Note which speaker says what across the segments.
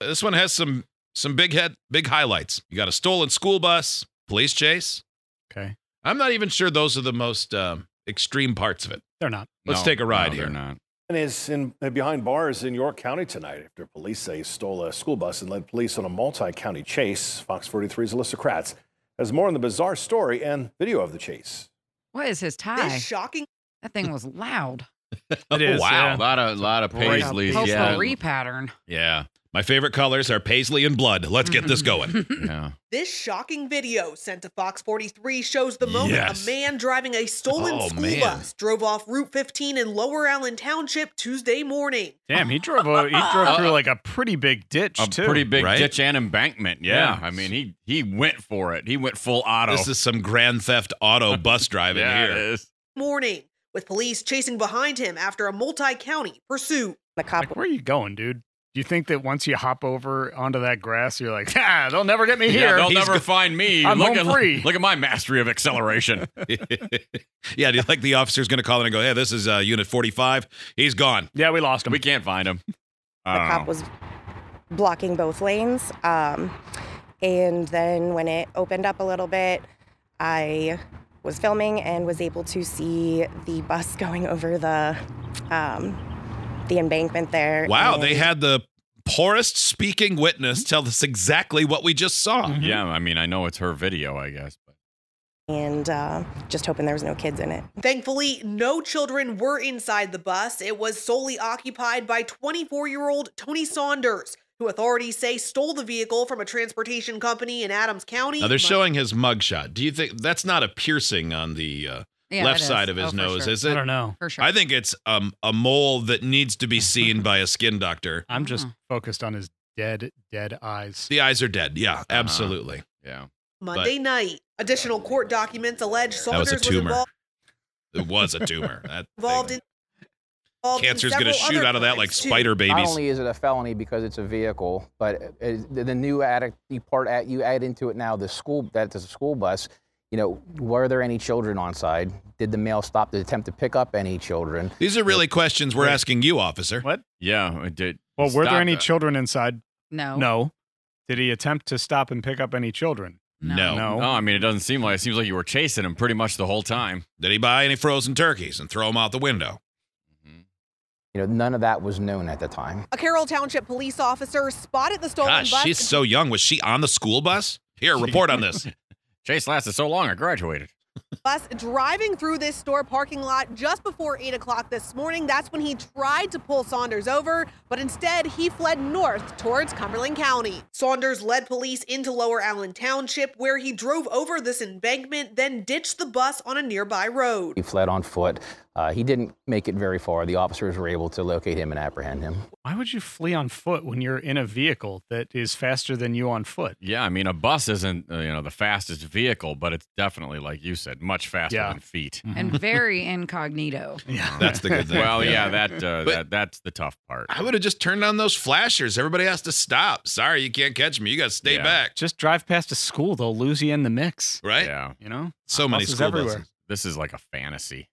Speaker 1: This one has some some big head big highlights. You got a stolen school bus, police chase.
Speaker 2: Okay.
Speaker 1: I'm not even sure those are the most um, extreme parts of it.
Speaker 2: They're not.
Speaker 1: Let's take a ride
Speaker 3: no,
Speaker 1: here.
Speaker 3: They're not.
Speaker 4: And is in uh, behind bars in York County tonight after police say he stole a school bus and led police on a multi-county chase. Fox 43's Alyssa Kratz has more on the bizarre story and video of the chase.
Speaker 5: What is his tie?
Speaker 6: This shocking
Speaker 5: that thing was loud.
Speaker 2: It is,
Speaker 1: Oh, wow.
Speaker 2: yeah.
Speaker 3: Oh, A lot of lot of
Speaker 2: Great.
Speaker 3: paisleys.
Speaker 5: Post
Speaker 3: Yeah.
Speaker 5: Marie pattern.
Speaker 3: Yeah.
Speaker 1: My favorite colors are paisley and blood. Let's get this going.
Speaker 3: Yeah.
Speaker 6: this shocking video sent to Fox 43 shows the moment
Speaker 1: Yes.
Speaker 6: a man driving a stolen
Speaker 1: Oh,
Speaker 6: school
Speaker 1: man.
Speaker 6: bus drove off Route 15 in Lower Allen Township Tuesday morning.
Speaker 2: Damn, he drove a, he drove through like a pretty big ditch
Speaker 3: A
Speaker 2: too.
Speaker 3: pretty big
Speaker 1: Right?
Speaker 3: ditch and embankment. Yeah.
Speaker 2: Yeah.
Speaker 3: I mean, he he went for it. He went full auto.
Speaker 1: this is some grand theft auto bus driving
Speaker 3: yeah,
Speaker 1: here.
Speaker 3: it is.
Speaker 6: Morning, with police chasing behind him after a multi-county pursuit.
Speaker 7: The cop
Speaker 2: Like, where are you going, dude? Do you think that once you hop over onto that grass, you're like, ah, they'll never get me
Speaker 3: Yeah,
Speaker 2: here?
Speaker 3: they'll
Speaker 1: he's
Speaker 3: never
Speaker 1: go-
Speaker 3: find me.
Speaker 2: I'm
Speaker 3: look
Speaker 2: home
Speaker 3: at
Speaker 2: free.
Speaker 3: look at my mastery of acceleration.
Speaker 1: yeah, do you like the officer's going to call in and go, "Hey, this is uh, Unit 45. He's gone."
Speaker 2: yeah, we lost him.
Speaker 3: we can't find him. Um,
Speaker 7: the cop was blocking both lanes. Um, and then when it opened up a little bit, I was filming and was able to see the bus going over the um, the embankment there.
Speaker 1: Wow, they
Speaker 7: and-
Speaker 1: had the poorest speaking witness
Speaker 6: Mm-hmm.
Speaker 1: tell us exactly what we just saw.
Speaker 3: Yeah,
Speaker 2: Mm-hmm.
Speaker 3: I mean, I know it's her video, I guess. But
Speaker 7: and uh, just hoping there was no kids in it.
Speaker 6: Thankfully, no children were inside the bus. It was solely occupied by 24 year old Tony Saunders, who authorities say stole the vehicle from a transportation company in Adams County.
Speaker 1: Now they're
Speaker 6: Monday
Speaker 1: showing his mugshot. Do you think that's not a piercing on the uh,
Speaker 5: Yeah,
Speaker 1: left
Speaker 5: it is.
Speaker 1: side of his
Speaker 5: Oh, for
Speaker 1: nose,
Speaker 5: sure.
Speaker 1: is
Speaker 2: I
Speaker 1: it?
Speaker 2: don't know.
Speaker 5: For sure.
Speaker 1: I think it's um, a mole that needs to be seen by a skin doctor.
Speaker 2: I'm just
Speaker 5: Mhm.
Speaker 2: focused on his dead, dead eyes.
Speaker 1: The eyes are dead. Yeah,
Speaker 6: Uh-huh.
Speaker 1: absolutely.
Speaker 3: yeah,
Speaker 6: Monday night. Additional court documents allege
Speaker 1: That was
Speaker 6: Saunders
Speaker 1: a
Speaker 6: was,
Speaker 1: tumor.
Speaker 6: invol-
Speaker 1: It was a tumor. That
Speaker 6: involved
Speaker 1: thing-
Speaker 6: in. Involved in
Speaker 1: Cancer's going to
Speaker 6: several
Speaker 1: shoot
Speaker 6: other
Speaker 1: out of that like
Speaker 6: crimes, too.
Speaker 1: spider
Speaker 8: Not
Speaker 1: babies.
Speaker 8: only is it a felony because it's a vehicle, but it- it- the the new added, the part at, you add into it now the school that is a school bus. You know, were there any children on side? Did the male stop to attempt to pick up any children?
Speaker 1: These are really questions we're
Speaker 2: Wait.
Speaker 1: asking you, officer.
Speaker 2: What?
Speaker 3: yeah. It did.
Speaker 2: Well, were there
Speaker 3: Stop
Speaker 2: any
Speaker 3: that.
Speaker 2: children inside?
Speaker 5: no.
Speaker 2: No. Did he attempt to stop and pick up any children?
Speaker 1: No.
Speaker 2: No.
Speaker 3: No, I mean, it doesn't seem like. It seems like you were chasing him pretty much the whole time.
Speaker 1: Did he buy any frozen turkeys and throw them out the window?
Speaker 8: You know, none of that was known at the time.
Speaker 6: A Carroll Township police officer spotted the stolen
Speaker 1: Gosh,
Speaker 6: bus.
Speaker 1: she's so young. Was she on the school bus? Here, report on this.
Speaker 3: Chase lasted so long, I graduated.
Speaker 6: bus driving through this store parking lot just before 8 o'clock this morning. That's when he tried to pull Saunders over, but instead he fled north towards Cumberland County. Saunders led police into Lower Allen Township, where he drove over this embankment, then ditched the bus on a nearby road.
Speaker 8: He fled on foot. Uh, he didn't make it very far. The officers were able to locate him and apprehend him.
Speaker 2: Why would you flee on foot when you're in a vehicle that is faster than you on foot?
Speaker 3: Yeah, I mean, a bus isn't uh, you know the fastest vehicle, but it's definitely like you said, much faster
Speaker 2: Yeah.
Speaker 3: than feet.
Speaker 5: And very incognito.
Speaker 2: Yeah.
Speaker 1: That's the good thing.
Speaker 3: Well, yeah, that uh,
Speaker 1: But-
Speaker 3: that that's the tough part.
Speaker 1: I would have just turned on those flashers. Everybody has to stop. Sorry, you can't catch me. You got to stay
Speaker 3: Yeah.
Speaker 1: back.
Speaker 2: Just drive past a school, they'll lose you in the mix.
Speaker 1: Right?
Speaker 3: Yeah,
Speaker 2: You know?
Speaker 1: So many
Speaker 2: Buses
Speaker 1: school
Speaker 2: everywhere.
Speaker 1: buses.
Speaker 3: this is like a fantasy.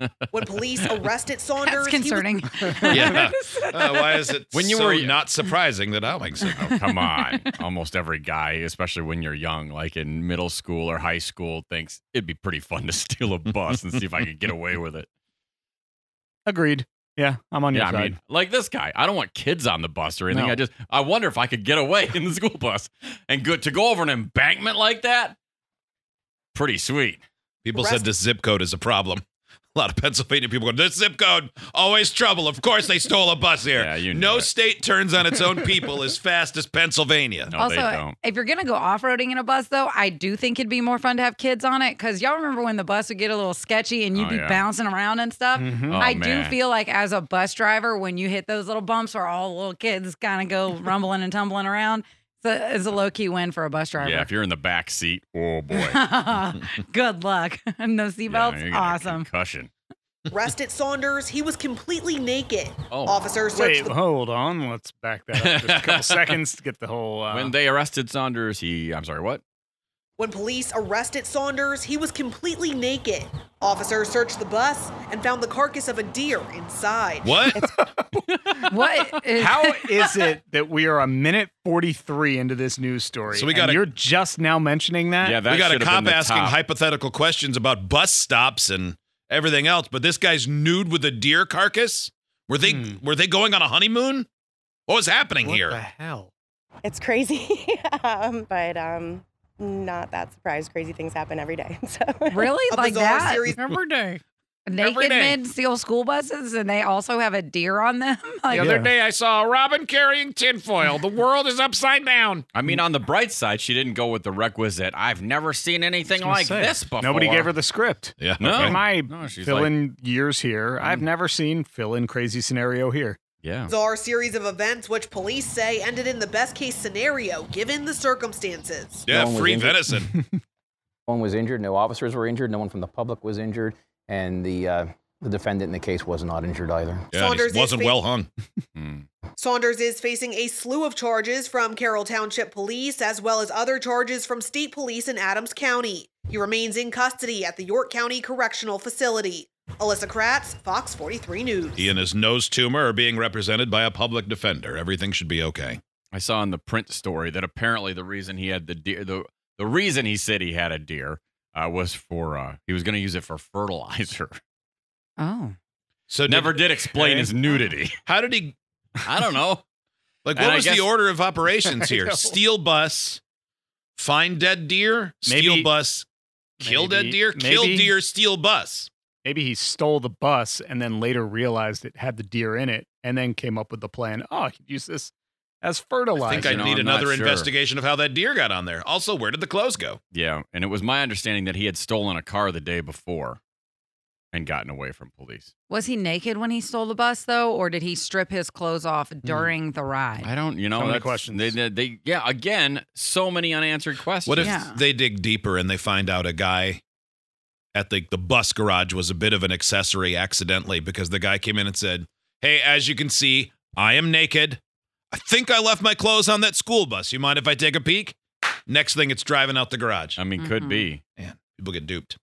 Speaker 6: When police arrested
Speaker 5: That's
Speaker 6: Saunders, he was
Speaker 5: concerning.
Speaker 1: Yeah. Uh, why is it
Speaker 3: When you
Speaker 1: so
Speaker 3: were-
Speaker 1: not surprising that I'm excited?
Speaker 3: Oh, come on. Almost every guy, especially when you're young, like in middle school or high school, thinks it'd be pretty fun to steal a bus and see if I could get away with it.
Speaker 2: Agreed. Yeah, I'm on your
Speaker 3: yeah,
Speaker 2: side.
Speaker 3: I mean, like this guy. I don't want kids on the bus or anything.
Speaker 2: No.
Speaker 3: I just I wonder if I could get away in the school bus and go to go over an embankment like that. Pretty sweet.
Speaker 1: People said this zip code is a problem. A lot of Pennsylvania people go, this zip code, always trouble. Of course they stole a bus here.
Speaker 3: Yeah, you knew
Speaker 1: no
Speaker 3: it.
Speaker 1: state turns on its own people as fast as Pennsylvania.
Speaker 3: No,
Speaker 5: also,
Speaker 3: they don't.
Speaker 5: if you're gonna go off roading in a bus, though, I do think it'd be more fun to have kids on it because y'all remember when the bus would get a little sketchy and you'd
Speaker 3: Oh,
Speaker 5: be
Speaker 3: yeah.
Speaker 5: bouncing around and stuff.
Speaker 1: Mm-hmm.
Speaker 2: Mhm.
Speaker 3: Oh,
Speaker 5: I
Speaker 3: man.
Speaker 5: do feel like as a bus driver, when you hit those little bumps where all the little kids kind of go rumbling and tumbling around, it's a, it's a low key win for a bus driver.
Speaker 3: Yeah, if you're in the back seat, oh boy.
Speaker 5: Good luck. no
Speaker 3: Yeah,
Speaker 5: seatbelts.
Speaker 3: you're gonna get a
Speaker 5: awesome.
Speaker 3: Concussion.
Speaker 6: arrested Saunders, he was completely naked.
Speaker 3: Oh.
Speaker 6: Officers searched
Speaker 2: Wait,
Speaker 6: the
Speaker 2: hold on. Let's back that up just a couple seconds to get the whole. Uh,
Speaker 3: When they arrested Saunders, he I'm sorry, what?
Speaker 6: When police arrested Saunders, he was completely naked. Officers searched the bus and found the carcass of a deer inside.
Speaker 1: What?
Speaker 5: What? Is,
Speaker 2: How is it that we are a minute 43 into this news story?
Speaker 1: So we
Speaker 2: and
Speaker 1: gotta-
Speaker 2: you're just now mentioning that?
Speaker 3: Yeah, that
Speaker 1: we got a
Speaker 3: should
Speaker 1: cop
Speaker 3: have been the
Speaker 1: asking
Speaker 3: top.
Speaker 1: hypothetical questions about bus stops and everything else, but this guy's nude with a deer carcass. Were they
Speaker 8: Hmm.
Speaker 1: were they going on a honeymoon? What was happening
Speaker 2: what
Speaker 1: here?
Speaker 2: the hell?
Speaker 7: It's crazy, um, but um, not that surprised. Crazy things happen every day. So
Speaker 5: really?
Speaker 6: A
Speaker 5: like
Speaker 6: bizarre
Speaker 5: that?
Speaker 6: series.
Speaker 5: Every day. Naked
Speaker 1: Every day.
Speaker 5: men steal school buses and they also have a deer on them. Like,
Speaker 2: other Yeah.
Speaker 1: day I saw a robin carrying tinfoil. The world is upside down.
Speaker 3: I mean, on the bright side, she didn't go with the requisite. I've never seen anything
Speaker 2: I was
Speaker 3: like
Speaker 2: gonna say,
Speaker 3: this before.
Speaker 2: Nobody gave her the script.
Speaker 1: Yeah.
Speaker 3: No.
Speaker 2: In my
Speaker 3: No, she's
Speaker 2: fill
Speaker 3: like-
Speaker 2: in
Speaker 3: Mm.
Speaker 2: years here, I've never seen fill in crazy scenario here.
Speaker 3: Yeah.
Speaker 6: Bizarre series of events which police say ended in the best case scenario given the circumstances.
Speaker 1: Yeah,
Speaker 8: No one was
Speaker 1: free
Speaker 8: injured.
Speaker 1: venison.
Speaker 8: No one was injured. No officers were injured. No one from the public was injured, and the uh, the defendant in the case was not injured either.
Speaker 1: Yeah, and
Speaker 6: Saunders is
Speaker 1: he wasn't
Speaker 6: fa-
Speaker 1: well hung.
Speaker 3: Mm.
Speaker 6: Saunders is facing a slew of charges from Carroll Township Police as well as other charges from state police in Adams County. He remains in custody at the York County Correctional Facility. Alyssa Kratz, Fox 43 News.
Speaker 1: He and his nose tumor are being represented by a public defender. Everything should be okay.
Speaker 3: I saw in the print story that apparently the reason he had the deer, the the reason he said he had a deer uh, was for uh, he was going to use it for fertilizer.
Speaker 5: oh.
Speaker 1: So did-
Speaker 3: Never did explain
Speaker 1: Okay.
Speaker 3: his nudity.
Speaker 1: How did he?
Speaker 3: I don't know.
Speaker 1: Like,
Speaker 3: And
Speaker 1: what
Speaker 3: I
Speaker 1: was
Speaker 3: guess-
Speaker 1: the order of operations
Speaker 2: I
Speaker 1: here?
Speaker 2: know.
Speaker 1: Steal bus, find dead deer, steal
Speaker 2: Maybe-
Speaker 1: bus, kill dead
Speaker 2: maybe-
Speaker 1: deer, kill
Speaker 2: maybe-
Speaker 1: deer, steal bus.
Speaker 2: Maybe he stole the bus and then later realized it had the deer in it and then came up with the plan. Oh, I could use this as
Speaker 1: I
Speaker 2: fertilizer.
Speaker 1: think
Speaker 3: You
Speaker 1: I
Speaker 3: know,
Speaker 1: need
Speaker 3: I'm not
Speaker 1: another
Speaker 3: sure.
Speaker 1: investigation of how that deer got on there. Also, where did the clothes go?
Speaker 3: Yeah, and it was my understanding that he had stolen a car the day before and gotten away from police.
Speaker 5: Was he naked when he stole the bus though, or did he strip his clothes off during the ride?
Speaker 3: I don't, you know,
Speaker 2: So many
Speaker 3: that's-
Speaker 2: questions.
Speaker 3: They, they, they- yeah, again, so many unanswered questions.
Speaker 1: What if
Speaker 5: Yeah.
Speaker 1: they dig deeper and they find out a guy at the, the bus garage was a bit of an accessory accidentally because the guy came in and said, Hey, as you can see, I am naked. I think I left my clothes on that school bus. You mind if I take a peek? Next thing, it's driving out the garage.
Speaker 3: I mean, could
Speaker 5: Mhm.
Speaker 3: be.
Speaker 1: Man, people get duped.